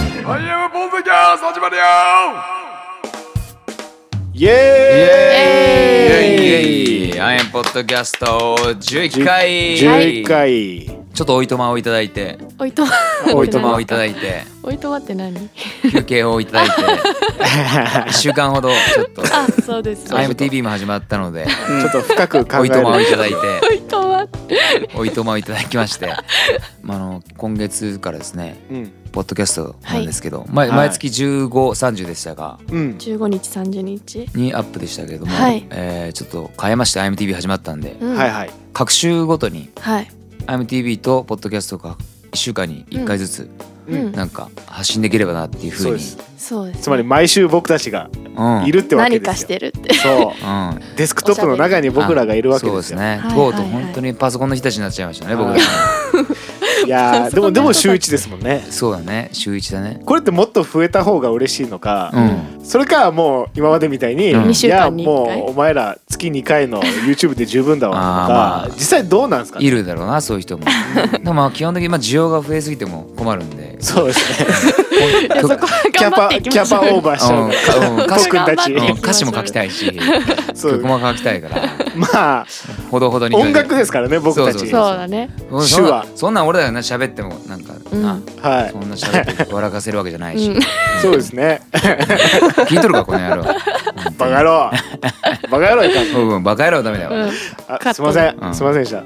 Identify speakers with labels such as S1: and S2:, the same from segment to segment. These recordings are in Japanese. S1: ムポンセキャス始まるよ
S2: イエーイ
S3: イェイイェイアイアンポッドキャスト11回
S2: 11回
S3: ちょっとおいとまをいただいて
S4: おいとま
S2: お
S3: お
S2: い
S3: い
S2: と
S3: と
S2: ま
S3: まをいただいて
S4: おいとまって何
S3: 休憩をいただいて1週間ほどちょっと
S4: あ そうですお
S3: IMTV も始まったので
S2: ちょっと深く考
S3: お
S2: え
S3: いとまをい
S2: る
S3: ただいて
S4: いとま
S3: おいとまをいただきましてまああの今月からですね
S2: うん
S3: ポッドキャストなんですけど、前
S2: はい
S3: 毎月1530でしたが
S2: うん
S4: 15日30日
S3: にアップでしたけれども、
S4: はい
S3: えーちょっと変えまして IMTV 始まったんで
S4: うん
S2: はいはい
S3: 各週ごとに
S4: はい
S3: IMTV とポッドキャストが1週間に1回ずつ
S2: う
S4: うんん
S3: なんか発信できればなっていうふ
S2: そう
S3: う
S2: で
S3: に
S2: す
S4: そうですね
S2: つまり毎週僕たちが
S3: うん
S2: いるってわけ
S4: 何
S2: で
S4: か
S2: す
S4: し
S2: よ
S4: てるって
S2: そう
S3: うん
S2: デスクトップの中に僕らがいるわけ
S3: そう
S2: で
S3: ですす
S2: よ
S3: ね
S4: はい
S3: とうと
S4: は
S3: う
S4: いはい
S3: 本当にパソコンの日たちになっちゃいましたね僕
S2: は
S3: ら
S2: いいやーでもでも週1ですもんね
S3: そうだね週1だね
S2: これってもっと増えた方が嬉しいのか
S3: うん、
S2: それかもう今までみたいに、
S3: うん
S4: 二
S2: い
S4: 週
S2: や
S4: 間に一
S2: も
S4: 回
S2: うお前ら月2回の YouTube で十分だわとか、
S3: あーまあ
S2: 実際どうなんですかね
S3: いるだろうなそうい う人もでもまあ基本的にまあ需要が増えすぎても困るんで
S2: そうですね
S4: いやそこは
S2: キャ
S4: 頑張
S2: パ
S4: ってい
S2: キ
S4: きま
S2: ャ
S4: しょ
S2: パ
S4: う
S2: オーバーしちゃう、
S3: うんうん歌詞
S2: 僕たち、
S4: 頑張
S3: う
S4: っ
S3: ん歌詞も書きたいし
S2: そう
S3: 曲も書きたいから
S2: まあ
S3: ほどほどに
S2: 音楽ですからね僕たち
S3: そう
S4: そうだね
S3: うん
S2: 手
S3: そんな
S2: 話
S3: そんなん俺らがな喋ってもなんか、
S4: うん
S3: な
S2: はい
S3: そんな喋って笑かせるわけじゃな
S4: う
S3: いし、
S4: ん
S2: そうです ね
S3: 聞いとるかこの 野郎
S2: バカ野郎バカ野郎いかん
S3: うんうんバカ野郎はダメだよ、
S4: うん
S2: あ
S4: カット
S2: すいません、
S3: うん
S2: すいませんでした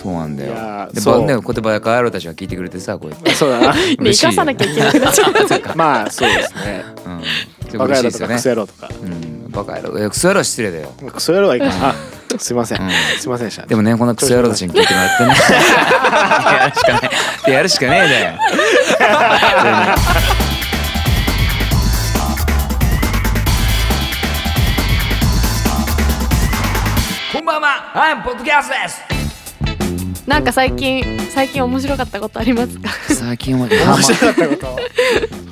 S3: そうなんだよ
S2: いやー
S3: で
S2: そう
S3: ばねこうやってバカ野郎たちが聞いてくれてさこうやって
S2: そう だな
S4: で生かさなきゃいけなくなっちゃう
S2: まあそうですね
S3: うん、
S2: バ
S3: 嬉
S2: カ
S3: しい
S2: 野郎とか
S3: ですよ
S2: ク
S3: ね
S2: ソ野郎とか
S3: うん、バカ野郎いやクソ野郎は失礼だよ、
S2: クソ野郎はいかんあすいません、
S3: うん
S2: すいませんでした
S3: でもねこのクソ野郎たちに聞いてもらってね やるしかないでやるしかねえだよこんばんはアイポッドキャストで
S4: なんか最近最近面白かったことありますか
S3: す最近は
S2: 面白か ったこと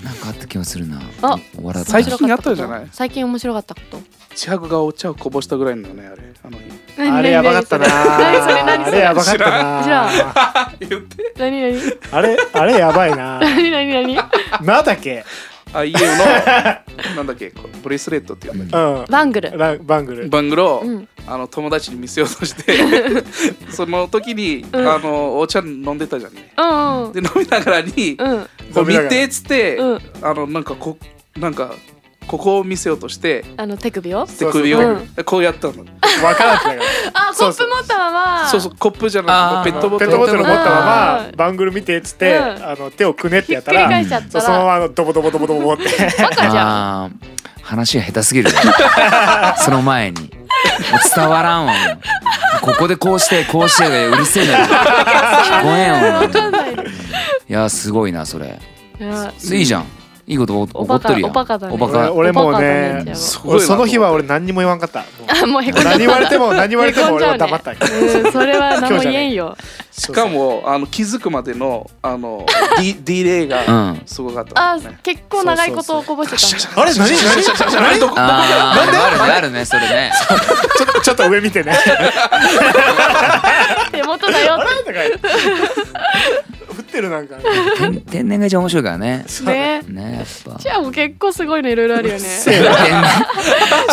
S3: なんかあった気がするな
S4: あ
S3: 笑った
S5: 最
S3: な
S5: 初近あったじゃない
S4: 最近面白かったこと
S5: 千白がお茶をこぼしたぐらいのねあれあの日
S2: あれやばかったな
S4: 何それ何
S2: あ
S4: そ
S2: れ
S4: れ
S2: やばかった
S4: 知らん知
S2: な
S4: 何何
S2: あれあれやばいな
S4: 何何何
S2: なんだっけ
S5: あ IU の なんだっけこうブレスレットっていうんだっ
S2: うん
S4: バン グル
S2: ランバング
S5: け
S2: ル
S5: バングロを、
S4: うん
S5: あの友達に見せようとして その時に、あのお茶飲んでたじゃんね
S4: うんうん
S5: で飲みながらに、
S4: うん
S5: こう見てっつって、
S4: うん
S5: あのなんかこなんかここを見せようとして
S4: あの手首を
S5: で
S2: そうそう
S5: 首を
S4: うん
S5: こうやったの、
S2: わからなくなる
S4: あコ
S2: そう
S4: ッ
S2: そ
S4: プ
S2: う
S4: 持ったまま
S5: そうそうコップじゃ
S3: あ
S5: な
S3: ー
S5: くてペットボト
S2: ペ
S5: ル
S2: ットボトル持ったまま
S4: うん
S2: バングル見てっつって、
S4: うん
S2: あの手をくねってやった
S4: ひっく
S2: ら
S4: り返しちゃった
S2: そう
S4: ら
S2: そのままあのドボドボドボドボって
S4: バカじゃん
S3: あー話が下手すぎ るよその前にもう伝わらんわもうここでこうしてこうしてがうるせえ な聞こえんわも
S4: わ
S3: う
S4: かんない。
S3: いやすごいなそれ
S4: や
S3: いいじゃんいいことお
S4: お
S3: 起こ
S4: バ
S3: っと
S4: カ
S3: るやん
S4: おバカだね。
S3: おバカ
S2: 俺俺もう
S4: おバカだ
S2: ね
S4: ね
S5: すごいな
S2: 俺その日は俺何にも言わんかったもう
S4: あもうへこんじゃう
S2: 何言われても何言われても
S4: へこんじ
S2: 俺
S4: ゃ
S2: は
S4: うね
S2: 黙った
S4: うんそれ は何も言えんよ。
S5: しかもあの気づくまでのあの ディディレイが
S3: うん
S5: すごかった
S4: あ
S5: ですね。
S4: 結構長いことをこぼしてたんだ。
S2: あれ何何
S5: あれどこ
S3: あーあるねあるねそれ ね
S2: ちょっとちょっと上見て ね
S4: 手元だよ
S2: あ。れとか降ってるなんか
S3: 天天然が一番面白いからね
S4: ね。
S3: ねやっぱ
S4: じゃあもう結構すごいのいろいろあるよね。
S3: 天然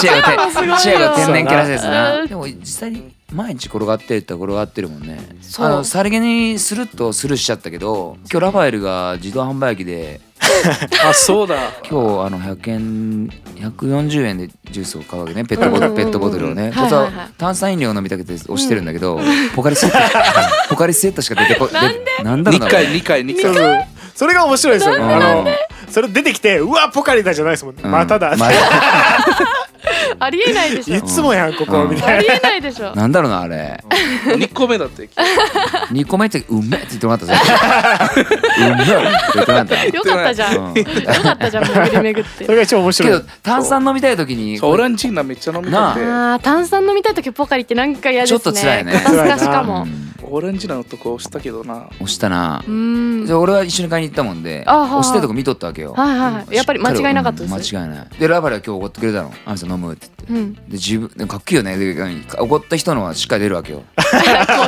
S3: チェアが
S4: すごいよ
S3: 天チェアが天然キャラです
S4: う
S3: なんでも実際に毎日転がってるって転がってるもんね
S4: そう
S3: あのさりげにスルッとスルーしちゃったけど今日ラファエルが自動販売機で
S5: あそうだ。
S3: 今日あの100円140円でジュースを買うわけねペットボト
S4: う
S3: ル
S4: ん
S3: ペットボトルをね、
S4: ん
S3: 本当
S4: はいはいはい
S3: 炭酸飲料を飲みたくて押してるんだけど、ポカリスエットポカリスエットしか出てこ
S4: なん
S3: でなんだろ
S5: 二
S3: うなこれ
S5: 回二回二
S2: そう
S5: 回。
S2: そうそれが面白いですよねあ
S3: なん
S2: の
S3: で
S2: それ出てきてうわポカリだじゃないですもんね
S3: うん
S2: まただ
S3: また
S4: ありえないでし
S2: い
S4: ょ。
S2: つもやんここ
S3: うん
S2: みた
S4: あ
S2: い
S4: りえないでしょ。
S3: なんだろうなあれ
S5: 二個目だって。
S3: 2個目ってうめえって言ってもらった ぞうめえって言ってもらった
S4: よかったじゃん。
S3: うん
S4: よかったじゃん巡り巡っ
S2: なそれ
S4: て。
S2: が一番面
S3: け
S2: 白
S3: ど
S2: い
S3: 炭酸飲みたい時に
S5: そうオランジーナめっちゃ飲みたく
S4: ああ炭酸飲みたいときポカリってなんか嫌ですね。
S3: ちょっと辛いね
S4: ガタスカしかも
S3: う。ん
S5: て。オランジーナのとこ押したけどな。
S3: 押したな
S4: う、ーん。
S3: で俺は一緒に買いに行ったもんで
S4: あはいはい
S3: 押してるとこ見とったわけよ、
S4: はいはいはい。やっぱり間違いなかったです。
S3: うん間違いないでラバリは今日怒ってくれたの「あんさん飲む」って言って。
S4: うん。
S3: で自分でかっこいいよねで怒った 人のはしっかり出るわけよ
S4: コー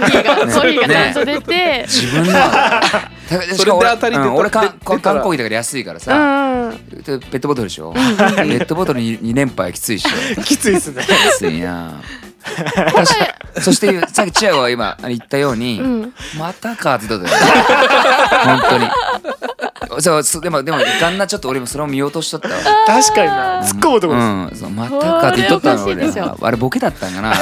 S4: ヒーが、コーヒーがちゃんと出て、
S3: 自分のはたしかも
S5: それで
S3: 俺
S5: 当たり出た
S3: うん俺か
S5: 出出
S3: か
S5: たら
S3: 缶コーヒーだから安いから
S4: う
S3: さ、
S4: んうん
S3: でペットボトルでしょペットボトルに2連敗きついっしょ
S2: きついですね。
S3: きついな私そしてさっきチアゴが今言ったように、
S4: うん
S3: またかって言ってたよね本当にそうそうでもでもガンナちょっと俺もそれを見落としとったわ
S2: 確かにな。突っ込むとこです。
S3: うん、そうまたかって言っとったの
S4: これお
S3: 俺
S4: かしいでしょ
S3: あれボケだったんかなあれ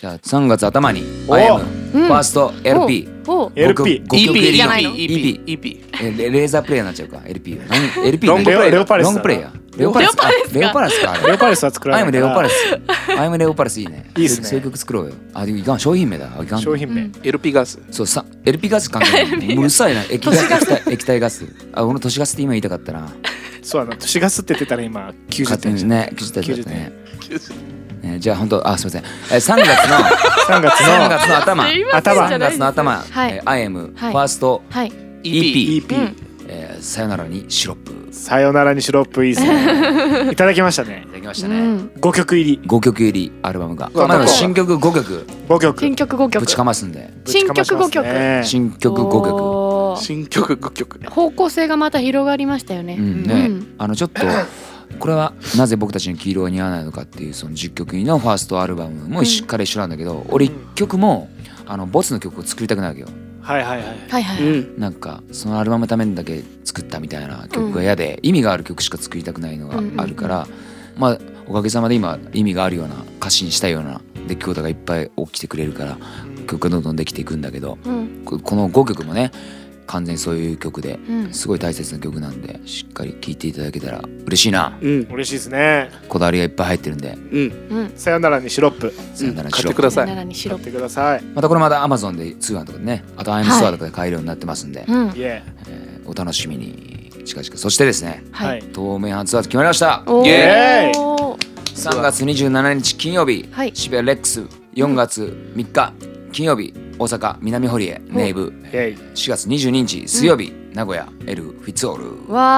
S3: じゃあ3月頭に
S2: お
S3: IM フ
S4: うん
S3: ァースト LP
S4: おう
S2: LP
S3: 5曲入り
S4: じゃ
S3: の
S4: ないの
S3: EP
S5: EP
S3: えレレーザープレイヤーになっちゃうか LP は何 LP
S5: ロング
S3: 何
S5: レオ
S2: レオパレス
S3: ロ
S2: だな
S3: ングプレイヤーレオパレスかレオパレスかあれ
S2: レオパレスは作ら
S3: ア
S2: な
S3: イ
S2: いから。
S3: ムレオパレス。アイムレオパレスいいね。
S2: いいっすね
S3: そういう曲作ろうよ。あ、でもいかん。商品名だ。あいかん。
S2: 商品名。
S5: LP ガス
S3: そうさ、LP ガス関 係ない。うるさいな。液体液体液体ガス。あ、俺の都市ガスって今言いたかったな。
S2: そうだな。都市ガスって言ってたら今90
S3: 勝手
S2: 点
S3: に
S2: じゃん。
S3: ね。90点だったね。ねじゃあ本当あ、すみません。え、3月の
S2: 3月
S3: 3
S2: の
S3: 月の頭。
S4: すいません
S2: 頭
S4: じゃ
S3: 3
S4: ない
S3: 月の頭。
S4: はい
S3: えー I am ファ
S4: はい
S3: ースト
S4: はい
S3: EP。
S4: う
S2: EP
S4: ん。
S3: えーさよならにシロップ。い
S2: さよならにシロップいいです ね。いただきましたね
S3: た。だきました
S4: う
S3: ね。
S4: ん
S2: 5曲入り、
S3: 5曲入りアルバムが。
S5: うわ
S3: まだ
S5: なんか
S3: 新曲5曲
S2: 5曲。
S4: 新曲5
S3: ぶちか
S4: 曲
S3: ますんで。
S4: 新曲5曲
S3: 新曲5曲。
S4: おー
S5: 新曲5曲
S4: 方向性がまた広がりましたよね
S3: うんね
S4: うん
S3: あのちょっとこれはなぜ僕たちに黄色が似合わないのかっていうその10曲入りのファーストアルバムもしっかり一緒なんだけど、俺1曲もあのボスの曲を作りたくなるわけよ
S2: はいはいはい。
S4: はいは
S5: う
S4: い
S5: ん
S3: なんかそのアルバムのためにだけ作ったみたいな曲が嫌で、意味がある曲しか作りたくないのがあるから、まあおかげさまで今意味があるような歌詞にしたいような出来事がいっぱい起きてくれるから曲がどんどんできていくんだけど
S4: うん
S3: ここの5曲もね完全にそういう曲で
S4: うん
S3: すごい大切な曲なんでしっかり聴いていただけたら嬉しいな
S5: うん
S2: 嬉しいですね。
S3: こだわりがいっぱい入ってるんで
S5: うん
S4: うん
S2: さよならにシロップ。
S3: さよなら
S5: 買
S3: シ
S5: っ
S3: ロ
S5: てく
S3: ップ
S5: だ
S4: さ
S5: さ
S4: よ
S5: い
S4: ならにし
S2: 買
S4: ろ
S2: ってください。
S3: またこれまた Amazon で通販とかでねあと IM
S4: はい
S3: ストアとかで買えるようになってますんで、
S4: うん
S2: イエーイ
S3: えーお楽しみに近々そしてですね
S4: はい
S3: 透明版ツアー決まりました
S4: お
S5: イ
S2: エ
S4: ー
S3: 3月27日金曜日、
S4: はい
S3: 渋谷レックス4月3日金曜日大阪南堀江名部
S2: イエーイ
S3: 4月22日水曜日、名古屋 L フィッツオール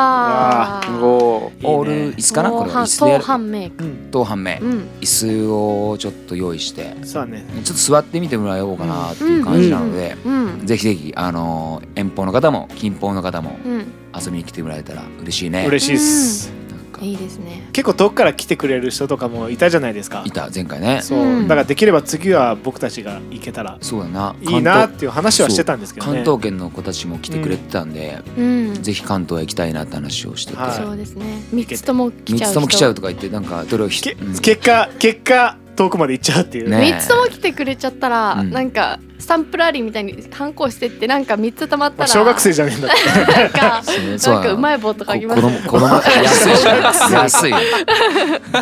S4: わー
S5: おー
S3: オール椅子かなこれ
S4: は
S3: 椅子でやる
S4: 半メイク
S3: 当半名、
S4: うん
S3: 椅子をちょっと用意して
S2: そうだね。
S3: ちょっと座ってみてもらおうかなっていう感じなので、
S4: うん
S3: ぜひぜひ、あのー遠方の方も近方の方も
S4: うん
S3: 遊びに来てもらえたら嬉しいね。
S2: 嬉しいっす。
S3: なんか
S4: いいですね
S2: 結構遠くから来てくれる人とかもいたじゃないですか
S3: い。た前回ね。
S2: そう、
S4: うん
S2: だからできれば次は僕たちが行けたら
S3: そうだな。
S2: いいなっ
S3: 関
S2: ていう話はしてたんですけ
S3: 東
S2: どね。
S3: 関東圏の子たちも来てくれてたんで、
S4: うん
S3: ぜひ関東へ行きたいなって話をしてて、
S2: はい
S4: そうですね三つとも
S3: 三
S4: 来ち
S3: つ
S4: ゃう人
S3: とも来ちゃうとか言ってなんかどれをひ
S2: け
S3: うん
S2: 結果結果遠くまで行っちゃうっていう。
S3: ね
S4: 三つとも来てくれちゃったら、
S3: うん
S4: なんかスタンプラリーみたいに反抗してってなんか三つたまっ
S2: ま
S4: た
S2: あ
S4: ら
S2: 小学生じゃねえんだって。
S4: なんか
S3: そうねそう
S4: な
S3: だ
S4: んかうまい棒とかあげま
S3: こ
S4: す
S3: 子供子供 安いしね安いよ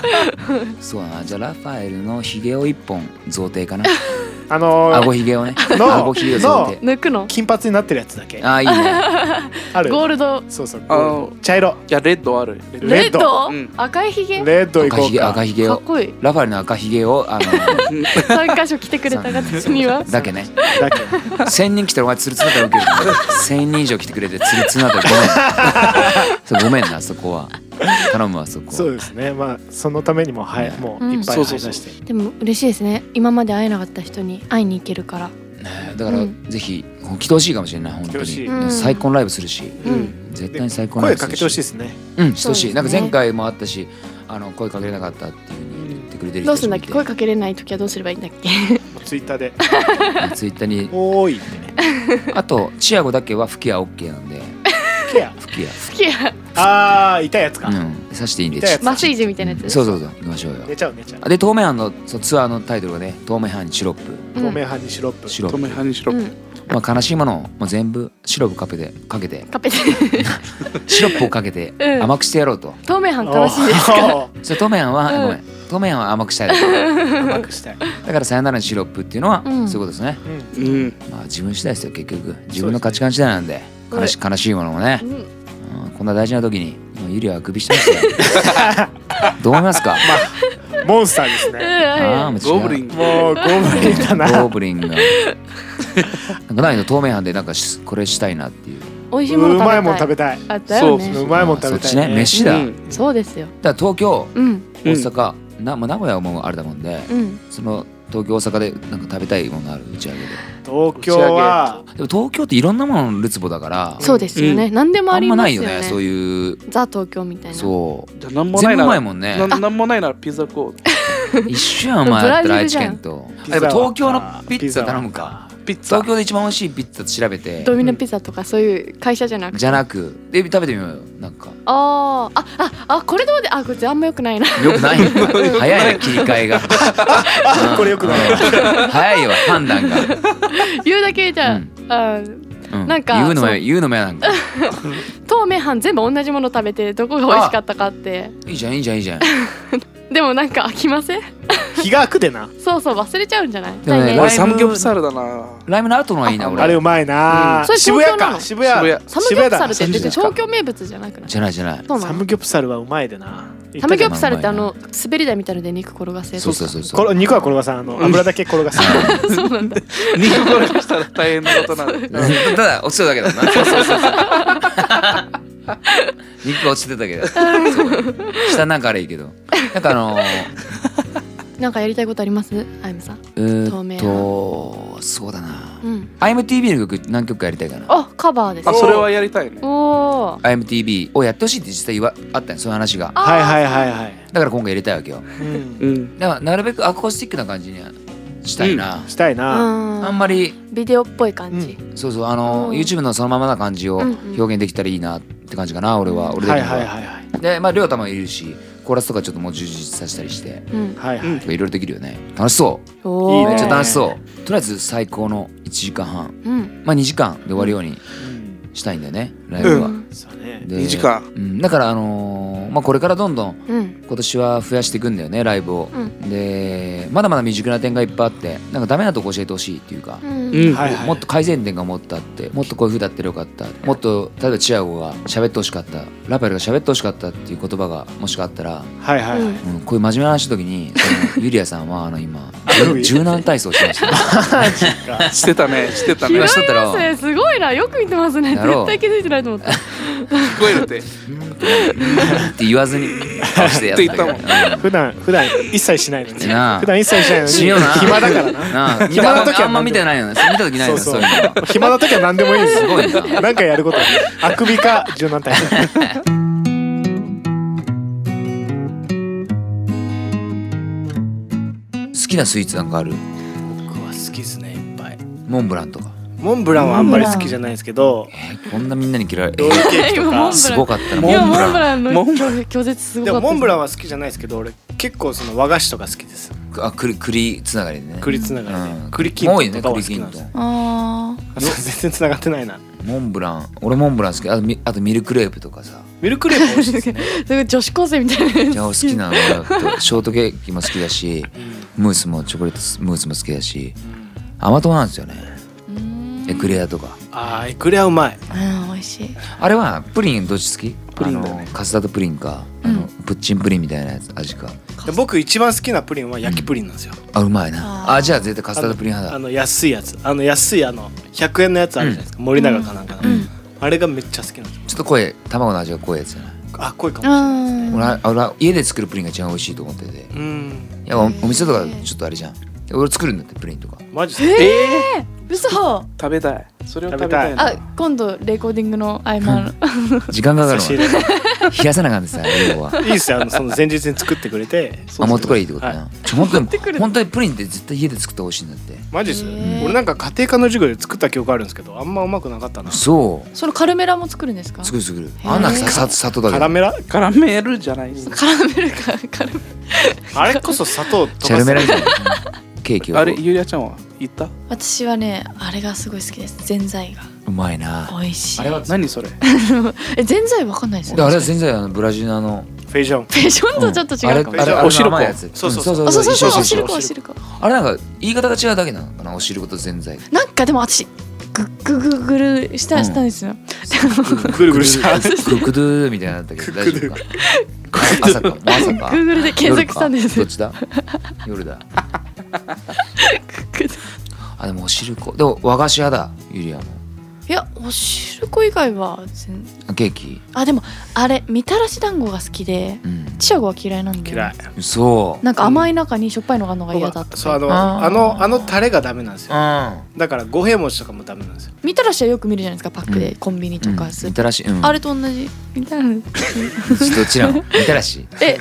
S3: そうだなじゃあラファエルのひげを一本贈呈かな
S2: あのー
S3: 顎ひげをね
S2: の
S3: 顎ひげを贈呈
S4: 抜くの
S2: 金髪になってるやつだけ。あ
S3: ああいいね
S2: る。
S4: ゴールド
S2: そうそう。
S5: あの
S2: 茶色。
S5: いやレッドあるレッド
S2: レ
S4: レ
S2: ッ
S4: ッド
S2: ド
S5: うん
S4: 赤いひげか
S2: レッド行
S3: 赤
S2: こ
S3: ひ
S2: う
S3: げ
S2: か。
S3: 赤ひげ
S4: っ
S3: を
S4: こいい
S3: ラファエルの赤ひげをあの
S4: 三箇所来てくれた方 には
S3: だけね
S2: だけ
S3: 1000人来たらお前ツルツルだったらウケる1000人以上来てくれてツルツルだった らごめんそうごめんなそこは頼むわそこは
S2: そうですね。まあそのためにもはい
S3: ね
S2: も
S4: う
S2: うんいっぱい
S5: そう
S2: 話
S5: そうそう
S2: して。
S4: でも嬉しいですね今まで会えなかった人に会いに行けるから
S3: ねだから、
S4: うん
S3: ぜひ来てほしいかもしれない本当
S2: 来てほし
S3: に、
S2: い
S4: うん
S3: 最高のライブするし、
S4: うん
S3: 絶
S2: で
S3: 対に最高のラ
S2: 声
S3: イブ
S2: かけてほしいですすね。
S3: るうんしてほしい、
S4: そ
S3: な
S4: うですね
S3: んか前回もあったしあの声かけれなかったっていうふうに言ってくれてる人
S4: どうするんだっけ声
S3: か
S4: かけれない時はどうすればいいんだっけ
S2: ツイッターで。
S3: ツイッターに
S2: おーいってね。
S3: あとチアゴだけは吹き矢 OK なん で
S2: ケア。
S3: 吹き矢
S4: 好きや
S2: あーいたやつか。
S3: うん刺していいんで
S2: 吹き矢
S4: 麻酔時みたいなやつ
S3: うんそうそうそう行きましょうよ
S2: 寝ちゃう寝ちゃう。
S3: で透明版のそうツアーのタイトルがね透明版にシロッ
S4: うん
S2: 透明派にシロップ
S3: プ。シロッ
S5: 止
S3: プ、
S5: めはにしろ
S4: うん
S3: まあ、悲しいものをもう全部シロップかけてかけて
S4: カペテ
S3: シロップをかけて
S4: うん
S3: 甘くしてやろうと、
S4: 透明版悲しいですか
S2: おー
S3: それ透明版は、
S4: うん
S3: ごめん透明版は甘くしたいだ
S2: 甘くしたい。
S3: からさよならのシロップっていうのは、
S4: うん
S3: そういうことですね
S2: うん。
S5: うん
S3: まあ自分次第ですよ結局自分の価値観次第なんで悲し悲しいものもね
S4: う、ん
S3: うんこんな大事な時にもうゆりはあくびしてますよどう思いますか、
S2: モンスターですね。
S3: ああもう違
S5: ゴ
S3: う
S5: ブリン
S2: もうゴブリンだ
S3: ゴ
S2: な。
S3: ーブリンがなんかないの透明版でなんかしこれしたいなっていう
S4: 美味しいうもの食べたい。
S2: まいもん食べたい
S4: あだよ
S5: そう
S4: ね
S5: そう
S2: うまいもん食べたいね
S3: そっちね飯だ、
S5: うん
S3: だか
S4: そうですよ。
S3: ら東京
S4: うん
S3: 大阪、なまあ名古屋はもうあれだもんで、
S4: うん。
S3: その東京大阪でなんか食べたいものある打ち上げで
S2: 東京は
S3: でも東京っていろんなもののるつぼだから
S4: そうですよね。何でも
S3: あ
S4: あ
S3: ん
S4: り
S3: ま
S4: ま
S3: な
S4: す
S3: い
S4: よ
S3: よね
S4: ね。
S3: そういう
S4: ザ東京みたいな。
S3: そう
S5: じゃあなんもな
S3: 全
S5: い
S3: 部
S5: な
S3: うまい
S5: ら
S3: もんね
S5: ななんもないならピザこう
S3: 一緒やんお前
S4: ブラ
S3: だっ
S4: ジ
S3: た
S4: ル
S3: ら愛知県と
S2: じゃ
S3: や
S2: ん
S3: っぱ東京のピッツァ頼むか
S5: ピッツァ
S3: 東京で一番美味しいピッツァ調べて
S4: ドミノピザとかそういう会社じゃなくて。
S3: じゃなくで食べてみようよなんか
S4: あーあああこれどうであこれあんま良くない な。
S3: よくないよ早いな切り替えが
S2: これ良くない
S3: い早いわ判断が
S4: 言うだけじゃあ、
S3: う
S4: あ
S3: うん
S4: なんか
S3: 言うのも
S4: そ
S3: や言うのもやなんか
S4: 東名阪全部同じもの食べてどこが美味しかったかって。
S3: いいじゃんいいじゃんいいじゃん
S4: でもなんか飽きません？
S2: 日が空くでな
S4: そうそう忘れちゃうんじゃない？
S3: でもね
S4: 来年
S5: 俺サムギョプサルだ な
S3: ライブの後のがいいな俺
S2: あれうまいな、
S4: うんそれ
S2: 渋
S4: 東
S2: 谷
S4: 京なの
S2: か渋谷
S5: 渋谷
S4: サムギョプサルっ
S2: 渋谷
S4: て別
S2: だ
S4: に東京名物じゃなくない？
S3: じゃないじゃない
S4: そうな
S2: サ
S4: の
S2: ム。ギョプサルはうまいでな
S4: サムギョプ
S3: サ
S4: サルってあの滑り台みたいので肉転がせる
S3: そうそうそうそ
S2: こ
S3: う
S2: れ肉は転がさんあの油だけ転がす
S4: そうなんだ。
S5: 肉これしたら大変なことになる
S3: ただ落ちてただけだもんなそうそうそうそう 肉が落ちてただけだそう下なんかあれいいけどなんかあのー
S4: なんかやりたいことあります？あゆむさん。
S3: えー
S4: 透明
S3: っとそうだな
S4: うん。
S3: IMTV の曲何曲かやりたいかな
S4: あカバーです
S5: あ。それはやりたいね
S4: おおー。
S3: IMTV をやってほしいって実際言わあったんよそういう話が
S4: あー
S2: はいはいはいはい、
S3: だから今回入れたいわけよ
S2: うん
S5: うん
S3: だからなるべくアコースティックな感じにはしたいな、
S2: したいな、
S3: あ
S4: あ
S3: ん
S4: ん
S3: ま
S4: ま
S3: り
S4: ビデオっぽい感じ。
S3: そうそうあの
S4: うん
S3: YouTube のそのままな感じを
S4: うんうん
S3: 表現できたらいいなって感じかな俺は俺的
S2: はい
S3: に
S2: はいはい
S3: は
S2: はい
S3: でまあ亮太もいるしコーラスとかちょっともう充実させたりして
S4: うん。
S2: はいはい、
S5: うん
S3: いろいろできるよね楽しそう
S4: お
S2: いい
S4: ー
S2: ね
S3: めっちゃ楽
S2: 男
S3: し
S2: 子
S3: そうとりあえず最高の1時間半
S4: うん。
S3: まあ2時間で終わるように
S2: うん
S3: したいんだよねライブは、
S4: う
S2: そうね
S3: で
S5: 2時間
S3: うん、だからあのーまあこれからどんどん
S4: うん。
S3: 今年は増やしていくんだよねライブを、
S4: うん
S3: でまだまだ未熟な点がいっぱいあってなんかダメなとこ教えてほしいっていうか、
S4: うん。
S5: はい
S2: はい
S3: もっと改善点がもっとあってもっとこういう風だったらよかったもっと例えばチアゴが喋ってほしかったラパエルが喋ってほしかったっていう言葉がもしかあったら、
S2: はいはいはい、
S3: うん、こういう真面目な話した時にそのユリアさんはあ の今
S2: あ
S3: 柔軟体操してました
S5: してたねしてた
S4: 拾い
S5: ね
S4: ま
S5: 聞
S3: 人だったら
S4: すね。すごいな。よく見てますね。
S3: だろう
S4: 絶対気づいてないと思った。
S5: こえるって
S3: って言わずに倒して やった
S5: って
S3: け
S2: 普段普段一切しないのに
S3: どなあ
S2: 普段一切しないのに
S3: しような
S2: 暇だからな
S3: なあ見
S2: 暇
S3: た
S2: な時は
S3: あんま見てないよね見た時ないよね
S2: そ
S3: そ
S2: そ
S3: う
S2: う
S3: ういうの
S2: 暇な時は何でもいいです
S3: すごい な
S2: なんかやることあくびか柔軟体操
S3: 好きなスイーツなんかある
S1: 僕は好きですねいっぱい
S3: モンブランとか
S2: モンブランはあんまり好きじゃないですけど
S3: えーこんなみんなに嫌われ
S2: ロールケーキとか
S4: 今モンブラン
S3: すごかったな
S4: 今
S5: モンブラン
S4: モ
S5: モ
S4: ンブランの
S5: ン
S4: 拒絶すご
S2: で
S4: か
S2: も
S4: った。
S2: モンブランは好きじゃないですけど俺結構その和菓子とか好きです
S3: あ栗栗つながりでね
S2: 栗つながり
S3: う
S2: で
S3: ん
S2: 栗きんと
S3: 多
S2: ん
S3: いね
S2: とかは好
S3: 栗
S2: き
S3: き
S2: なん
S3: ん
S2: で
S3: と
S2: すよ
S3: ん
S4: あ
S2: あそう全然繋がってないな
S3: モンブラン俺モンブラン好きあとみあとミルクレープとかさ
S2: ミルクレープ美味しいですね
S4: あ。すごい女子高生みたいなやつ。
S3: じゃあ俺好きなの はショートケーキも好きだしムースもチョコレートムースも好きだし甘党なんですよね
S4: うん
S3: エクレアとか
S1: あーエクレアうまい
S4: うん、美味しい。
S3: あれはプリンどっち好き
S2: プリンだね
S3: あのカスタードプリンかあのプッチンプリンみたいなやつ味か
S1: で僕一番好きなプリンは焼きプリンなんですよ
S3: あうまいな
S4: あー
S3: あじゃあ絶対カスタードプリン
S1: あ
S3: 派だ
S1: の安いやつあの安いあの100円のやつあるじゃないですか森永かなんかの
S4: うん
S1: あれがめっちゃ好きなんですよ
S3: ちょっと濃い卵の味が濃いやつじゃない
S1: あ濃いかもしれない
S4: うん。
S3: 俺は俺は家で作るプリンが一番美味しいと思ってて
S1: うん
S3: いやおお店とかちょっとあれじゃん俺作るんだってプリンとか
S1: マジ
S4: え
S1: で
S4: ー
S5: え
S4: 嘘。
S5: ー食べたいそれを食べたいな
S4: あ、今度レコーディングの合間の。
S3: 時間がかか
S2: 差
S3: る
S2: し入れ
S3: の
S2: い
S3: 冷やさなあかんでさ要はい
S2: ですよあのその前日に作ってくれて
S3: あ持ってこれいいってこと
S2: は
S3: なちょ本当に
S4: る
S3: 本当にプリンって絶対家で作ってほしいんだって
S2: マジっす
S4: へー
S2: 俺なんか家庭科の授業で作った記憶あるんですけどあんまうまくなかったな
S3: そう
S4: そのカルメラも作るんですか？
S3: 作る作る
S4: へー
S3: あんなささ砂糖だけ
S2: カラ
S3: ど
S2: メラ
S5: カラメルじゃないです
S4: カラメルかカルメ
S2: あれこそ砂糖と
S3: チャルメラ
S2: か
S3: みたいなうんケーキを
S5: あれゆりあちゃんは行った
S4: 私はねあれがすごい好きですぜんざいが
S3: うまいな
S4: 美味しい
S3: あれは
S5: 何それ
S4: えぜんざいわかんないです
S3: で
S4: よ
S3: あれは
S4: フ
S3: 全然あのブラジルのあの
S2: フェイジョン
S4: ェションとちょっと違うかも
S3: あれあれ
S5: おしるこ
S3: あの甘いやつ
S1: そうそう
S3: そ
S1: そうう
S3: そう
S4: あそうそうそ
S3: 一緒
S4: うお
S3: 一
S4: し
S3: 緒
S4: る
S3: 一
S4: こ
S3: 緒
S4: おしるこ
S3: あれなんか言い方が違うだけなのかなお汁粉とぜんざい
S4: なんかでも私ググググルしたしたんですよ
S2: ぐるぐるした
S3: ククドゥみたいになったけど大丈夫かまさかまさか
S4: グーグルで検索したんです
S3: 夜かどっちだ夜だあでもおしるこでも和菓子屋だゆりやも
S4: いやおしるこ以外は全
S3: ケーキ
S4: あでもあれみたらし団子が好きで
S3: うん
S4: ちゃごは嫌いなんだよ
S1: 嫌い
S3: そう
S4: なんか甘い中にしょっぱいのがあるのが嫌だっ
S1: 僕はそうあ
S4: た
S1: の
S3: あ
S1: あ
S3: ー
S1: のあのタレがダメなんですよ
S3: あ
S1: だから五平餅とかもダメなんですよ
S4: みたらしはよく見るじゃないですかパック
S3: う
S4: でコンビニとかスー
S3: み
S4: パ
S3: たらしうん
S4: ーあれと同じみたらし
S3: どち らのみたらし
S4: え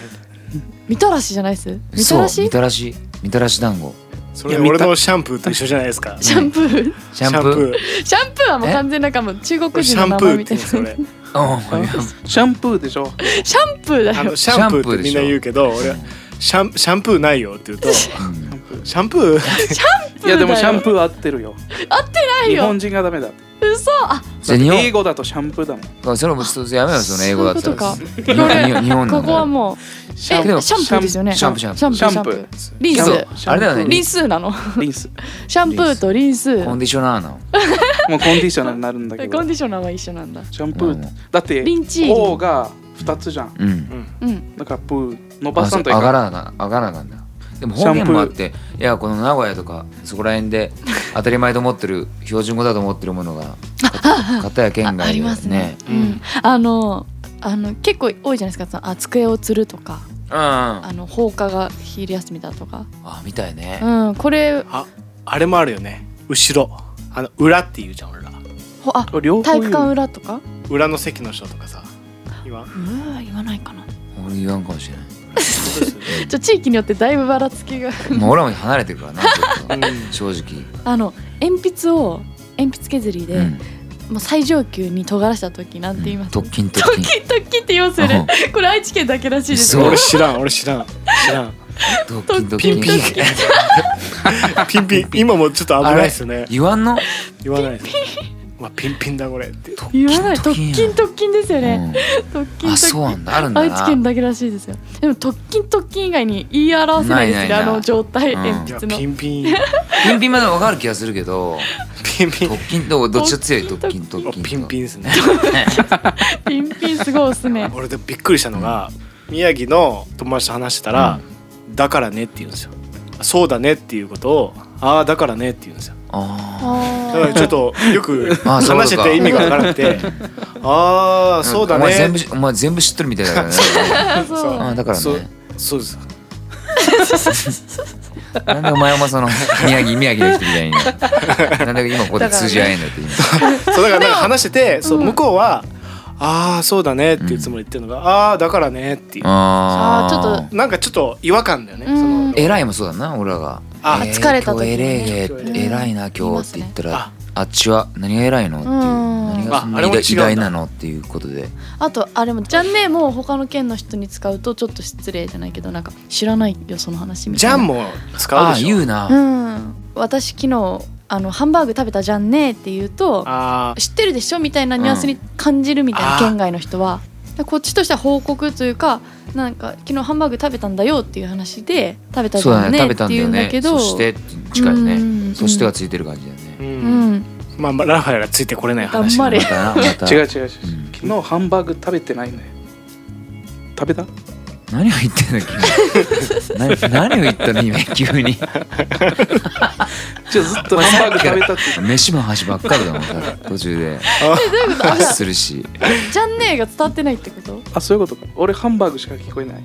S4: みたらしじゃないっすみた
S3: そう
S4: らし
S3: みたらしみたらし団子
S1: そ
S2: い
S1: れ
S2: や見た
S1: 俺のシャンプーと一緒じゃないですか
S4: シャンプー
S3: シャンプ
S4: シャンプーはもう完全なんかもう中
S1: これ
S4: 国
S1: シ
S4: 人
S1: ャ
S4: の
S1: ン
S4: 名
S1: プ
S4: 前
S1: ーっ
S4: み
S1: て
S4: た
S1: 言う
S4: い
S1: ん
S4: な
S1: ですそれ
S3: ー
S5: シャンプーでしょ
S4: シャンプーだ
S1: あ
S4: よ
S1: のシャンプ
S3: シャンプ
S1: ーっ
S3: ーで
S1: て
S3: し
S1: み
S3: ょ
S1: んな言うけど俺はシャンシャンプーないよって言うとシ
S3: うんうん
S1: ャンプー
S5: いやでもシャンプー合ってるよ
S4: 合ってない
S5: 日
S4: よ
S5: 本人がダメだ
S4: 嘘あ
S3: じゃあ日
S5: 英
S3: 本
S5: 語だとシャンプーだもん
S3: あそれもちょっとやめようその英語だったら
S4: そうい
S3: 日本日本日本な
S4: こ
S3: ん
S4: こは
S3: だ
S4: もう
S5: シャン
S4: え
S5: プー
S4: シャンプーですよね
S3: シャンプーシャンプー
S4: シャンプ
S5: シ
S4: ー
S5: ャンプー
S4: シャンプーリン
S3: シャン
S4: ス
S3: プーあれだよね
S4: リンスなの
S5: リンス
S4: シャンプーとリンス
S3: コンディショナーの
S5: もうコンディショナーになるんだけ
S4: コ
S5: ど
S4: ンディショナーは一緒なんだ
S5: シャンプ
S3: まあ
S5: ー
S3: まあ
S5: だって
S4: リンチーリン
S5: O が2つじゃん
S3: うん
S4: うん
S5: だからプー伸ば
S3: あ
S5: さ
S3: そうん
S5: とい
S3: 上が
S5: から
S3: な上がらなんだでも方言もあっていやこの名古屋とかそこら辺で当たり前と思ってる標準語だと思ってるもの が片や県
S4: ああ
S3: 外
S4: り
S3: で
S4: ますね
S3: ね
S4: うんあのあの結構多いじゃないですかそのあ机を吊るとか
S3: うんあ
S4: あの放火が昼休みだとか
S3: みたいね
S4: うんこれ
S1: ああれもあるよね後ろあの裏って言うじゃん俺ら
S4: ほあ
S5: 両
S4: 体
S5: 方言
S4: 育館
S5: う
S4: 裏とか
S1: 裏の席の人とかさ今
S4: うわ言わないかな
S3: 俺言わんかもしれない
S4: ちょ地域によってだいぶばらつきが
S3: もう俺も離れてるからなちょっ
S1: うん
S3: と正直
S4: あの鉛筆を鉛筆削りで、
S3: うん
S4: もう最上級に尖らした時なんて言います、
S3: 特勤特
S4: 特
S3: 勤
S4: 勤特勤って言いますよねこれ愛知県だけらしいです
S3: う嘘
S1: 俺知らん俺知らん知らん
S3: 特勤特
S4: ピン
S3: 勤
S4: ピン
S1: ピンピン今もちょっと危ないですよね
S3: 言わんの
S1: 言わないですうわピンピンだこれって
S4: 言わない
S3: 特
S4: 特
S3: 勤
S4: 勤特勤ですよね、特
S3: うん
S4: 勤
S3: あ
S4: 特
S3: そう
S4: 勤
S3: なんだあるんだ
S4: 愛知
S3: な
S4: 県だけらしいですよでも特勤特勤以外に言い表せないですね
S3: ないないない
S4: あの状態、
S3: うん
S1: い
S4: 鉛
S1: や
S4: 筆の
S1: ピンピン
S3: ピンピンまでわかる気がするけど
S1: ピンピン
S3: 特勤とどっちが強い特勤特
S1: あ
S3: 勤
S1: ピンピンですね
S4: ピンピンすごいおすすめ
S1: 俺でもびっくりしたのが宮城の友達と話してたら「だからね」って言うんですよそうだねっていうことを「ああだからね」って言うんですよ
S3: あ
S1: だから
S4: あ
S1: ちょっとよく
S3: あーそういうこ
S1: 話
S3: とか
S1: してて意味が分からなくて「ああ
S3: あ
S1: そうだ
S3: お前全
S1: ね
S3: 部」お前全部知っとるみたいだからね
S4: あそう
S1: そう
S3: あだから
S1: そう
S3: ね
S1: そうです
S3: なんでお前もその宮城宮城の人みたいになんで今ここで通じ合えんだって今
S1: そうだからなんか話しててそう
S4: うん
S1: 向こうは「ああそうだね」っていうつもりで言ってるのが「ああだからね」っていう
S3: あ
S4: あーちょっ
S1: なんかちょっと違和感だよねその
S4: と
S3: 偉いもそうだな俺らが
S1: あ
S3: えー
S4: 疲れた
S3: 今
S4: 時
S3: 日
S4: に
S3: 偉
S4: ね
S3: いね
S1: うん
S3: 偉いな今日って言った
S1: 言い
S3: ら
S1: ま
S3: あっちは何が偉いのっていう
S4: うん
S3: 何がそん
S1: ああ
S3: な
S1: れ
S3: 偉
S1: も違うんだ
S3: 偉大なのっていうことで
S4: あとあれもじゃんねもう他の県の人に使うとちょっと失礼じゃないけどなんか知らないよその話み
S1: じ
S4: たい
S1: ゃ
S4: なん
S1: も使
S3: あ
S1: う
S3: あ
S1: でし
S3: 言
S1: ょ
S3: うな
S4: うん私昨日あのハンバーグ食べたじゃんねって言うと
S1: あー
S4: 知ってるでしょみたいなニュアンスに感じるみたいな、
S1: うん
S4: 県外の人はだからこっちとしては報告というかなんか昨日ハンバーグ食べたんだよっていう話で食べたじ
S3: そう
S4: ゃ
S3: だね
S4: んね
S3: 食べ
S4: ったて
S3: んだ
S4: 言う
S3: よ
S4: んだ
S3: ね
S4: けど
S3: そして近いね
S4: ね
S3: そしてが
S4: は
S3: ついてる感じだよね
S1: う
S4: うんん
S1: まあまあラファエルはついてこれない話
S4: 頑張れ
S3: またなまた
S5: 違う違う違う
S3: うん
S5: 昨日ハンバーグ食べてないね食べた
S3: 何を言ってんだ君何何を言ったの今急に
S5: じゃあずっとハンバーグ食べたって
S3: 飯も話ばっかりだもん多分途中でパスするし
S4: じゃんねが伝わってないってこと
S5: あそういうことか俺ハンバーグしか聞こえない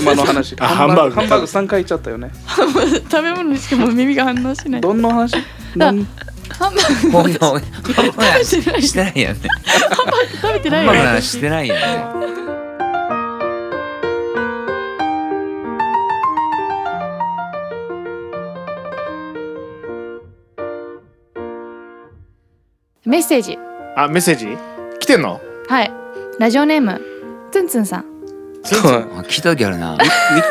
S5: 今の話
S1: あハンバーグ
S5: ハンバーグ3回言っちゃったよね
S4: 食べ物にしかもう耳が反応しない
S5: どんな話
S4: だ
S5: なん
S4: ハンバーグ
S3: 本当本当
S4: 食べてない
S3: してないやんね
S4: 食べ
S3: 本
S4: てない
S3: 当の
S4: よね
S3: 話してないやんね
S4: メッセージ
S2: あメッセージ来てんの
S4: はいラジオネームツンツンさん
S5: 2
S3: あ聞いた時あるな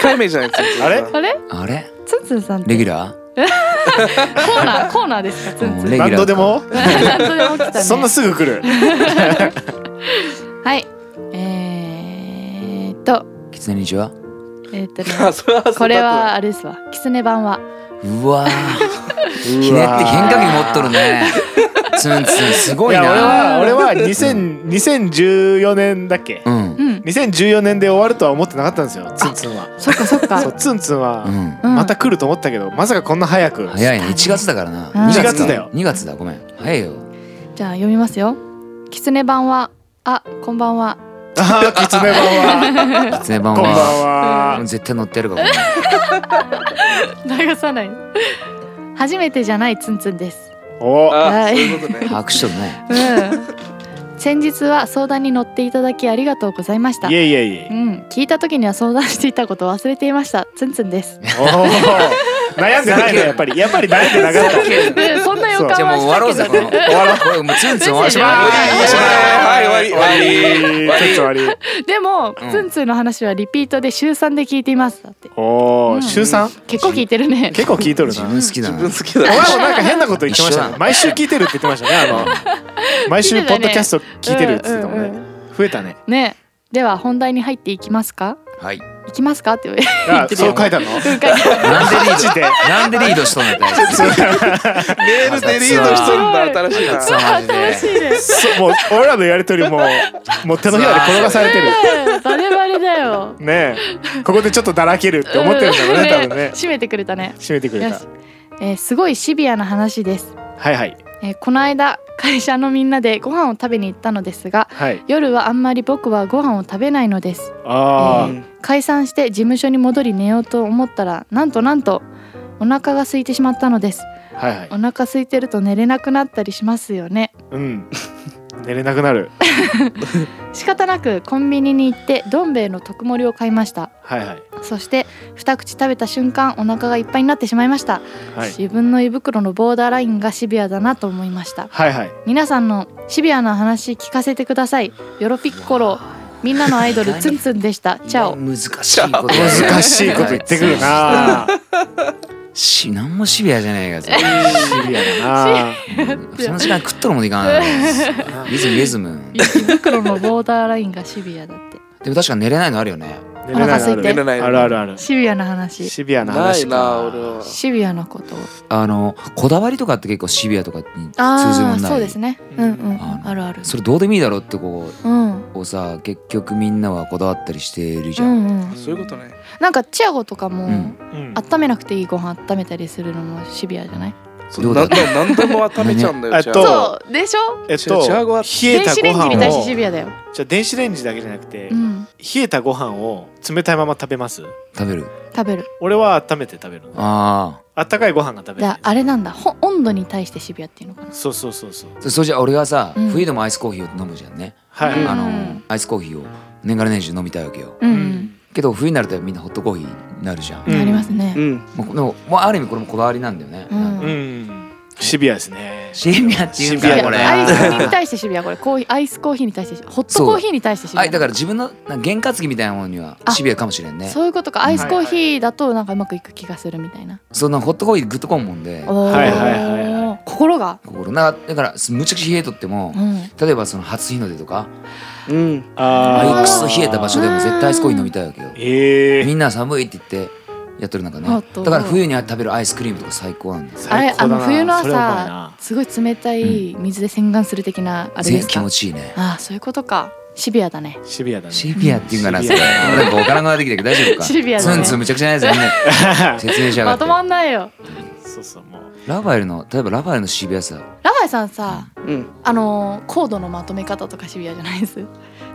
S5: 回目じゃないですか
S1: あれ
S4: あれ
S3: あれ
S4: ツンツンさんって
S3: レギュラー
S4: コーナーコーナーですかツ ンツ
S3: うんレ
S4: ン
S3: ギュラーか
S1: 何度でも
S4: 何度でも来たね
S1: そんなすぐ来る
S4: はいえー、っと
S3: キツネにちは
S4: えー、っ とね
S5: あそれはそうだった
S4: これはあれですわ。キツネ版は。
S3: うわーひねって変化球持っとるねツンツンすごい
S2: い
S3: な
S2: や俺は俺は2000 2014年だっけ
S3: うん
S4: うん。
S2: 2014年で終わるとは思ってなかったんですよツンツンは
S4: そっかそっか。
S2: そうツンツンは
S3: うん
S4: うん
S2: また来ると思ったけどまさかこんな早く
S3: 早いね1月だからな
S4: うん
S3: 2
S2: 一月だよ
S3: 2月だごめん早いよ
S4: じゃあ読みますよ狐版はあこんばんは
S2: ああ、きつね 版は。
S3: キツネ版
S2: こんばん
S3: は
S2: は。
S3: 絶対乗ってやるからこ
S4: 流さない初めてじゃないツンツンです
S2: お、
S5: あ
S4: は
S5: あ、
S4: い
S5: そういうことね
S3: れ。把握しとるね
S4: うん 先日は相談に乗っていただきありがとうございました
S2: いえいえいうえ。
S4: ん、聞いた時には相談していたことを忘れていましたツンツンです
S2: おお。 悩んでないね、やっぱり、やっぱり悩んでなかった。
S4: ねそんな予感は
S3: じゃあもう終わろう
S4: し
S3: ぜ
S4: た
S3: こ
S4: け
S3: の
S4: ど
S3: 終
S4: ね
S3: わろうこれもうツンツン終わらしま
S4: は
S3: う
S4: い
S5: おしまいはい、終わり、終わり。
S2: 終わり。ちょっと終わり。
S4: でも、
S3: うん
S4: ツンツンの話はリピートで週3で聞いていますだって
S2: おお、
S4: うん
S2: 週三。
S4: 結構聞いて るね
S2: 結構聞いとる
S3: 自
S2: な。
S3: 分好きだ
S5: 自
S3: な
S5: 分好きだ
S2: お前
S5: な。
S2: もなんか変なこと言ってました
S3: 一緒
S2: ね。
S3: だ
S2: 毎週聞いてるって言ってましたね。あの毎週
S4: 聞いて
S2: ポ
S4: たね
S2: ッドキャスト聞いてるって言ってたもん
S4: うんう
S2: ね。増えたね。
S4: ねでは本題に入っていきますか
S3: はい
S4: いきますかって言われ
S2: あ、そう書いたの。
S3: なん
S2: マジ
S3: でリー
S2: で。
S3: ドなんでリードしとんのやったら
S5: メールでリードしとるんだ、新しいな。
S3: マジで
S4: いね
S2: そうもう俺らのやりとりももう手のひらで転がされ てる。
S4: バレバレだよ
S2: ねえここでちょっとだらけるって思ってるんだろうね多分ね
S4: 締めてくれたね
S2: 閉めてくれ
S4: よ
S2: た
S4: し、えーすごいシビアな話です、
S2: はいはい
S4: えーこの間会社のみんなでご飯を食べに行ったのですが
S2: はい
S4: 夜はあんまり僕はご飯を食べないのです
S2: あ
S5: うん
S4: 解散して事務所に戻り寝ようと思ったらなんとなんとお腹が空いてしまったのです
S2: あはいはい
S4: お腹空いてると寝れなくなったりしますよね
S2: うん寝れなくなる
S4: 仕方なくコンビニに行ってどん兵衛の特盛りを買いました
S2: はいはい
S4: そして二口食べた瞬間お腹がいっぱいになってしまいました、
S2: はい
S4: 自分の胃袋のボーダーラインがシビアだなと思いました
S2: はいはい
S4: 皆さんのシビアな話聞かせてくださいヨロピッコロみんなのアイドルツンツンでしたチャオ
S3: 難しいこ とやね
S2: 難しいこと言ってくるな
S3: し何もシビアじゃないがそれ
S2: シビアだな
S3: うんその時間食っとるもんいかないリズムリズム
S4: 胃袋のボーダーラインがシビアだって
S3: でも確か寝れないのあるよね
S2: 寝れないのあ
S4: お腹空い
S2: る
S4: て
S5: 寝れない
S2: あるあるある
S4: シビアな話
S2: シビアな
S5: ない
S2: 話
S5: な、
S2: か
S5: 俺は。
S4: シビアなことを
S3: あのこだわりとかって結構シビアとかに通ずる
S4: あ
S3: も
S4: あ
S3: んない
S4: そうですねうんうん
S3: あの
S4: あるある
S3: それどうでもいいだろうってこ
S4: うんうん
S3: うをさ結局みんなはこだわったりしてるじ
S4: う
S3: ゃん、
S4: ん
S5: そういうことね。
S4: なんかチアゴとかも、
S3: うん
S2: うん
S4: 温めなくていいご飯温めたりするのもシビアじゃない
S3: どうだ
S5: 何でも何でも温めちゃうんだよ。
S2: ね
S5: じゃ
S2: そう
S5: あ
S4: うでしょ
S2: えっ
S5: チャーゴ
S2: と
S5: は
S2: 冷えたご飯
S3: に対
S2: を
S4: ビアだよ、
S2: じゃあ電子レンジだけじゃなくて
S4: うん、
S2: 冷えたご飯を冷たいまま食べます
S3: 食べる
S4: 食べる
S2: 俺は温めて食べるの
S3: あ
S2: あったかいご飯が食べ
S4: じ
S2: れ
S4: ゃあ
S2: る
S4: あれなんだほ温度に対してシビアっていうのかな
S2: そうそうそうそう
S3: あそそれじゃあ俺はさ、
S4: うん
S3: 冬でもアイスコーヒーを飲むじゃんね、
S2: は
S4: うん
S2: い
S3: あのアイスコーヒーを年がら年中飲みたいわけよ
S4: うん、
S3: けど冬になるとみんなホットコーヒーになるじゃん、
S4: うん
S2: うん
S4: ありますね、
S5: うん。
S3: もうでもまあある意味これもこだわりなんだよね、
S4: うん
S2: うんシビアですね
S3: シビアってい
S2: シ
S3: うん
S2: ビ
S3: か
S2: ア
S3: これ
S4: アイスコーヒーに
S3: は
S4: 対してシビアこれコーヒーアイスコーヒーに対してシビアホットコーヒーに対してシビア
S3: いだから自分のなんか験担ぎみたいなものにはシビアかもしれんね
S4: そういうことかアイスコーヒーだとなんかうまくいく気がするみたいな、
S3: そんなホットコーヒーグッとこんもんで
S4: おー
S2: はいはいはい
S4: 心が、
S3: 心なだからむちゃくちゃ冷えとっても
S4: うん、
S3: 例えばその初日の出とか
S5: うん。
S2: あ
S3: あ
S2: ー
S3: あいうクソ冷えた場所でも絶対アイスコーヒー飲みたいわけよ
S2: ええ
S3: みんな寒いって言ってやっとる中ね
S4: あと
S3: だから冬に食べるアイスクリームとか最高なんです
S4: あれ
S2: 最高だ
S4: あの
S2: な
S4: 冬の
S2: それはうまいな
S4: 朝すごい冷たい水で洗顔する的なあれで
S3: 全
S4: す
S3: 気
S4: か、
S3: 持ちいいね
S4: ああそういうことかシビアだね
S2: シビアだね
S3: シビアっていうんかな
S2: シ
S3: そ
S2: ビア
S3: れなんかお金が出てきたけど大丈夫か
S4: シビアだね
S3: ツンツンむちゃくちゃなやつみん な説明しやが
S4: ま
S3: って
S4: とまんないよ
S2: そうそうもう
S3: ラバエルの例えばラバエルのシビアさ
S4: ラバイさんさ
S5: うん。
S4: あのーコードのまとめ方とかシビアじゃないです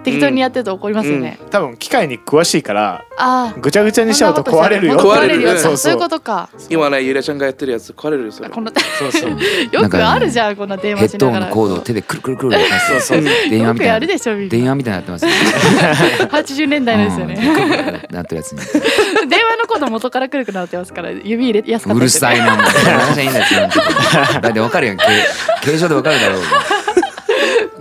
S4: 適当にやってると怒りますよね、
S2: 多分機械に詳しいから
S4: ああ
S2: ぐちゃぐちゃにしちゃうと壊れるよ
S5: こんなこと
S4: 壊れるよ
S5: 壊れる
S4: そ
S2: そううそ
S4: そういう
S2: う
S4: ことか
S5: 今ね、ゆらちゃんがやってるやつ、壊れるよ、それ。
S4: この
S2: そうそう
S4: よくあるじゃんこんな電
S3: ヘ
S4: 話
S3: ッ
S4: し
S3: ド
S4: な
S3: ホン
S4: が
S3: の
S4: ら
S3: コードを手でくるくるくる動かす
S5: そうそう
S3: 電話
S4: よ
S3: み
S4: く
S3: たい
S4: や
S3: な
S4: るでしょみん
S3: 電
S4: な
S3: 話みたいになってますよ
S4: 80年代ですよね、
S3: うんなってるやつに
S4: 電話のコード元からくるくなってますから指入れやすかった
S3: うるさ
S4: い
S3: いなもう 話はいいんだよだってわかるやん形形状でわかるだろう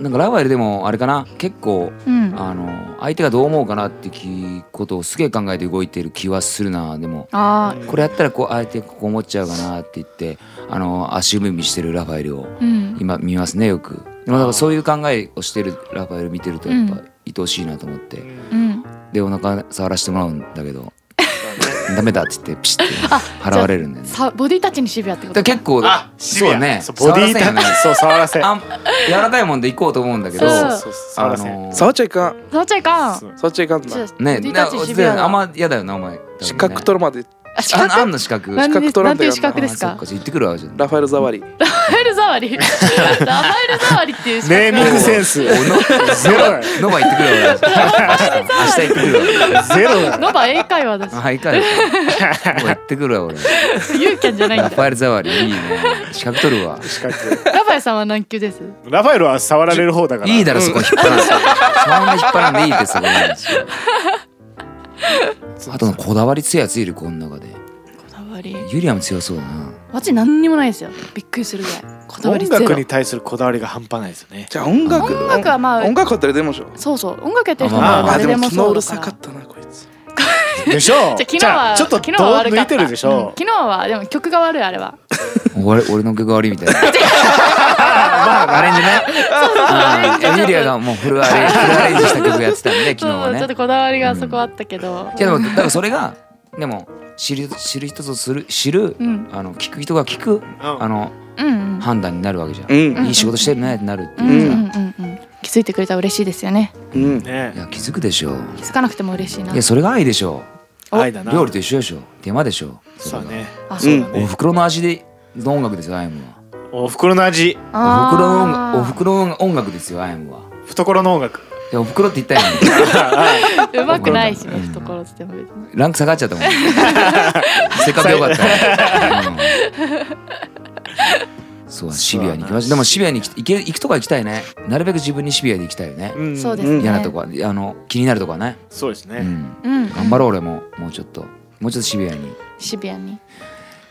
S3: なんかラバエルでもあれかな結構
S4: うんあ
S3: あの相手がどう思うかなってきことをすげえ考えて動いてる気はするなでも
S4: あー
S3: これやったらこう相手ここ思っちゃうかなって言ってあの足踏みしてるラファエルを
S4: うん
S3: 今見ますねよくでもなんかそういう考えをしてるラファエル見てるとやっぱ
S4: う
S3: 愛おしいなと思って、
S4: うん
S3: でお腹触らせてもらうんだけどダメだって言ってピシッて払われるんだよね
S4: さボディタッチにシビアってこ
S3: だ
S4: と
S3: から結構
S2: あシビ
S3: そう
S2: ア
S3: ね
S2: そうボディータ
S3: 触らせん
S2: ッ
S3: よね
S2: チそう触らせ
S3: あん柔らかいもんで行こうと思うんだけど
S4: そう
S2: そうそう触
S3: あ
S2: らせん
S3: の
S5: 触っちゃいかん。
S4: 触っちゃいかん
S2: そう
S5: 触っちゃいかんな。
S4: ちょっと
S3: ね
S4: ボディタッチシビア
S3: な
S4: だ
S3: あんま嫌だよなお前
S5: 視覚取るまで
S4: あ資
S3: あ
S4: 格
S3: あんの資格
S4: なん
S5: 資格取らんとやんな
S4: なんていう資格です
S3: あそ
S4: か
S3: っかじゃあ行ってくるわじゃ
S5: ラファエル・ザワリ
S4: ラファエル 触り ラファエル触りっていう資格
S2: ネーミングセンスゼロや
S3: ノバ行ってくるわ俺明日行ってくるわ
S2: ゼロや
S4: ノバ英会話だし
S3: はいかるノバ行ってくるわ俺
S4: ユーキャンじゃないん
S3: ラ
S4: だ
S3: ファエルザワリいいね資格取るわ
S2: 資格
S4: ラファエルさんは何級です
S2: ラファエルは触られる方だから
S3: いいだろそこ引っ張らんそんな引っ張らんでいいってそこなんですよあとのこだわり強いやついるこの中で
S4: こだわり
S3: ユリアも強そうだな
S4: 私何にもないですよびっくりするぐらいこだわり
S2: 音
S4: ゼロ
S2: 楽に対するこだわりが半端ないですよね
S5: じゃあ音楽
S4: 音楽はまあ
S5: 音楽は誰でもでしょ
S4: そうそう音楽やってる人
S3: あ
S4: は
S5: あ
S4: 誰
S5: で
S4: で
S5: も
S4: も
S5: 昨日
S4: そうう
S5: る
S4: だ
S5: さ
S4: か
S5: からったなこいつ
S2: でしょ
S4: じゃあ昨
S2: じ
S4: ゃ
S2: ゃあ
S4: は
S2: ちょっとど
S4: 昨
S2: う
S4: 日は悪
S2: 抜
S4: かっ
S2: いてるでしょ
S4: うん昨日はでも曲が悪いあれは
S3: 俺俺の曲ありみたい なまあアレンジね うんエミリアがもうフルアレン フルアレンジした曲やってたんで昨日は
S4: そうちょっ
S3: ね
S4: とこだわりがそこあったけど
S3: いやでもだからそれがでも知る知る人とする知る、
S4: うん
S3: あの聞く人が聞く、あの
S4: うんうん
S3: 判断になるわけじゃん、
S5: うん
S3: いい仕事してるねってなるって
S4: う
S3: い
S4: ん
S3: う
S4: う
S3: さ、
S4: んうんうん気づいてくれたら嬉しいですよね
S5: うん
S2: ね
S3: いや気づくでしょう
S4: 気づかなくても嬉しいない
S3: やそれが愛でしょ
S2: 愛だな
S3: う料理と一緒でしょう手間でしょう
S2: そうだね
S4: あそうだ
S3: お袋の味での音楽ですよアイムは
S2: お袋の味
S3: お袋の音楽お
S4: あ
S3: 袋の音楽ですよアイムは
S2: 懐の音楽
S3: いやお袋って言ったよね
S4: ーうまくないしね
S3: うん
S4: 懐っても別に
S3: ランク下がっちゃったもん。せっかくよかったのに。うんそうだシビアに行きました。でもシビアに行き行け行くとこは行きたいね。なるべく自分にシビアで行きたいよね。
S2: ん
S4: そうですね
S3: 嫌なとこはあの気になるとこはね。
S2: そうです
S3: う
S2: ね
S3: ん。
S4: うん
S3: 頑張ろう俺ももうちょっともうちょっとシビアに。
S4: シビアに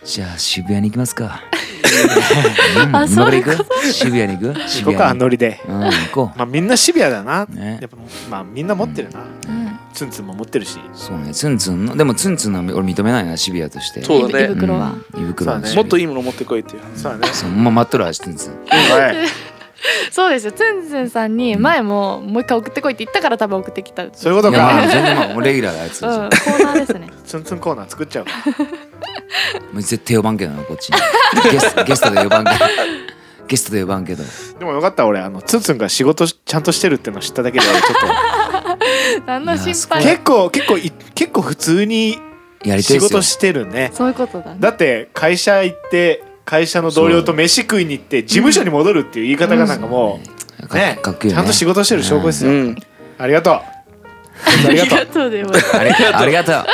S3: じゃあ渋谷に行きますか。うん
S4: あ
S3: 今
S4: そう
S3: から
S4: いう
S3: 行
S4: こ
S3: く？渋谷に行く？
S2: 自
S3: 渋
S2: 己
S3: 谷
S2: 感
S3: に。
S2: ノリで
S3: うん行こ
S2: まあみんなシビアだな
S3: う。ね
S2: や。っぱまあみんな持ってるな
S4: うん
S2: ツンツンも持ってるし
S3: そうね。ツンツンのでもツンツンの俺認めないなシビアとして。
S5: そうだね
S4: 胃袋は
S3: うん。胃袋の
S2: そうだね
S5: もっといいもの持ってこいっていう
S2: そうだね
S3: そうまあ待っとるわツンツン。
S2: はい
S4: そうですよつんつんさんに前ももう一回送ってこいって言ったから多分送ってきたうんコ
S2: そういうこと
S3: いやまあ
S2: か
S3: 全然まあレギュラーだあいつ。
S4: ーナーです ね
S2: ツンツンコーナー作っちゃう
S3: もう絶対呼ばんけどなこっちにゲスゲストで呼ばんけどゲストで呼ばんけど
S2: でもよかった俺あのツンツンが仕事しちゃんとしてるっての知っただけで俺ちょっ
S4: 何の心
S2: と
S3: い
S4: 配
S2: 結構結構い結構普通に
S3: やりたい
S2: 仕
S3: っすよ
S2: 事してるね
S4: そういうことだね
S2: だって会社行って会社の同僚と飯食いに行って事務所に戻るっていう言い方がなんかもう
S3: か
S2: ね
S3: かっこいいよ
S2: ち
S3: ね
S2: ゃんと仕事してる証拠です
S5: う
S2: よ
S5: ん
S2: ありがとうありがとう
S4: とうでも
S3: ありありがとう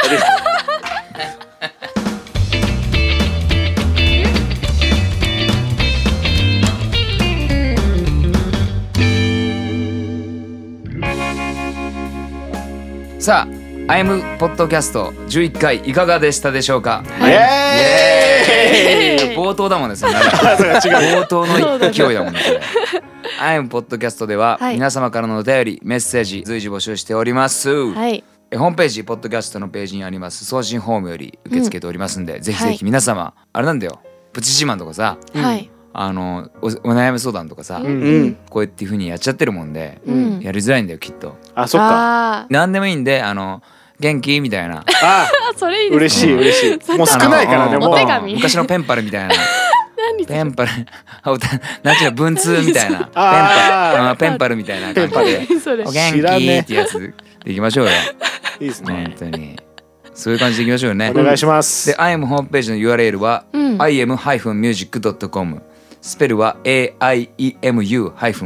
S3: さあ「アイムポッドキャスト11回いかがでしたでしょうか
S2: イエ
S4: ーイ
S3: 冒頭だもんですよ冒頭の勢いだもんねこれ「アイムポッドキャストでは
S4: はい
S3: 皆様からのお便りメッセージ随時募集しております、
S4: はい
S3: えホームページポッドキャストのページにあります送信フォームより受け付けておりますんで、ぜひぜ
S4: はい
S3: ひ皆様、あれなんだよプチ自慢とかさ
S4: はい
S3: あのおお悩み相談とかさ、
S2: うん
S5: うん
S3: こうやっていうふうにやっちゃってるもんで、
S4: うん
S3: やりづらいんだよきっと
S2: あそっか
S4: あ
S3: 何でもいいんであの元気みたい
S2: あ
S3: な
S4: ーあそれいいですね
S2: 嬉しい
S3: うん
S2: 嬉しいもう少ないから
S3: あ
S2: ね
S3: の
S4: お
S2: もう
S4: 手紙
S3: 昔のペンパルみたいな
S4: 何
S3: ペンパル あおたなんちゅうの文通みたいなペンパル
S2: あ
S3: あペンパルみたいな感じで
S4: 何 それ
S3: お元
S2: 知ら
S3: 気
S2: ねえ
S3: ってやつでいきましょうよ
S2: ーいいです
S3: 本
S2: ね
S3: 当にそういう感じでいきましょうよね
S2: お願いします
S3: で、IM ホームページの URL は、
S4: うん
S3: im-music.com スペルは aiemu-music.com
S4: は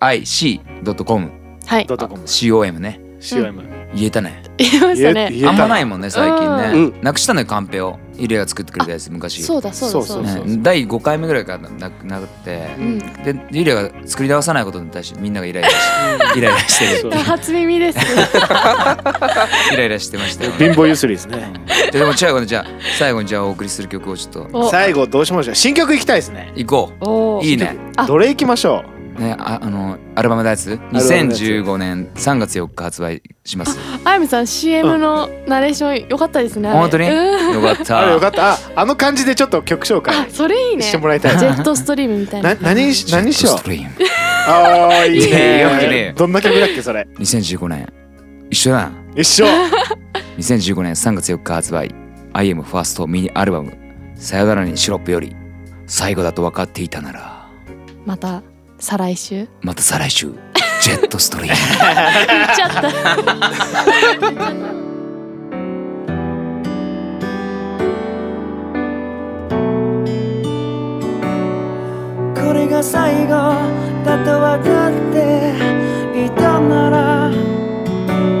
S4: い
S2: ドットコム
S3: com ね
S2: CM
S3: 言えたね
S4: 言いました
S2: 言
S4: ね
S2: えた
S3: あんまないもんね最近ね、
S5: う
S3: なくしたのよカンペをイレアが作ってくれたやつ昔
S4: そうだそうだそうだ
S2: そうそう
S3: ね、第5回目ぐらいからなくなって、
S4: うん
S3: でイレアが作り直さないことに対してみんながイライラしてイライラして
S2: そう
S3: る
S4: 初耳です
S3: イライラしてましたよ、
S2: 貧乏ゆすりですね
S3: うんででも最後にじゃあ最後にじゃあお送りする曲をちょっと
S4: お
S2: 最後どうしましょう新曲いきたいですね
S3: 行こ
S4: お
S3: う
S4: ー
S3: いいね
S4: あ
S2: どれいきましょ
S3: ね、ああのアルバムのや
S2: バ
S3: つ
S2: ムのやつ
S3: 2015年3月4日発売します
S4: あやみさん CM のナレーション良かったですねあれ
S3: 本当によ
S4: うん
S3: かっ
S2: うあれよか
S3: た
S2: ったああの感じでちょっと曲紹
S4: あ
S2: 介
S4: それいいね
S2: しても
S4: ジ
S2: らいたい
S4: ェットストリームみたい
S2: な
S4: な
S2: 何し何しよう
S3: ストリーム
S2: ああいい
S3: ねえよくね
S2: ねどんな曲だっけそれ
S3: 2015年一緒だな
S2: 一緒
S3: 2015年3月4日発売 IM ファーストミニアルバム「さよならにシロップ」より最後だと分かっていたなら
S4: また再来週
S3: また再来週ジェットストリーム
S4: 言っちゃった
S6: が最後だと分かっていたなら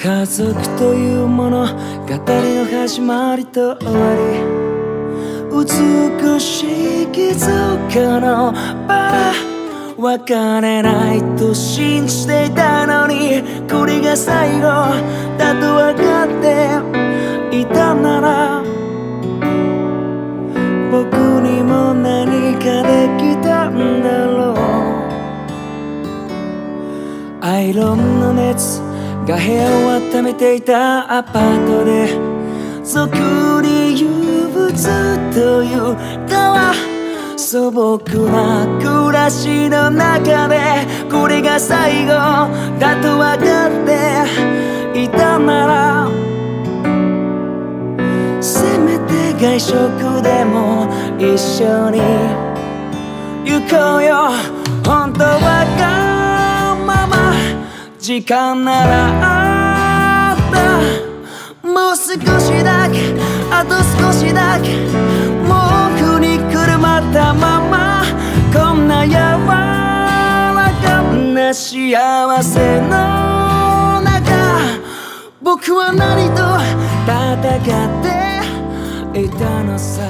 S6: 家族というもの語り の始まりと終わり美しい貴族のバラ別れないと信じていたのにこれが最後だと分かっていたなら僕にも何かできたんだろうアイロンの熱が部屋を温めていたアパートで俗に言う物というかは素朴な暮らしの中でこれが最後だと分かっていたならせめて外食でも一緒に行こうよ本当はがまま時間ならあったもう少しだけあと少しだけもう奥にくるまったままこんな柔らかな幸せの中僕は何と戦っていたのさ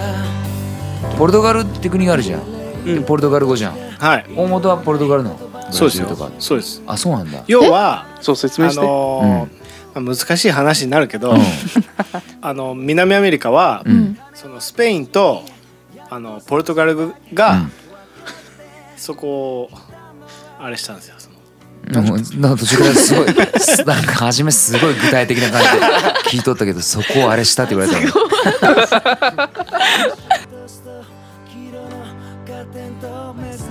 S3: ポルトガルって国があるじゃん、でポルトガル語じゃん
S1: はい
S3: 大元はポルトガルのブラ
S1: そうで
S3: ジ
S1: す
S3: ル
S1: よ
S3: とか
S1: そうです
S3: あそうなんだ
S1: 要は
S5: そう説明
S1: あ
S5: して、
S1: のーまあ難しい話になるけど、 あの南アメリカは、
S3: うん
S1: そのスペインとあのポルトガルが、
S3: うん
S1: そこをあれしたんですよその
S3: うんなんか途中からすごいすなんか初めすごい具体的な感じで聞いとったけどそこをあれしたって言われたの
S6: 黄色のカーテンと目覚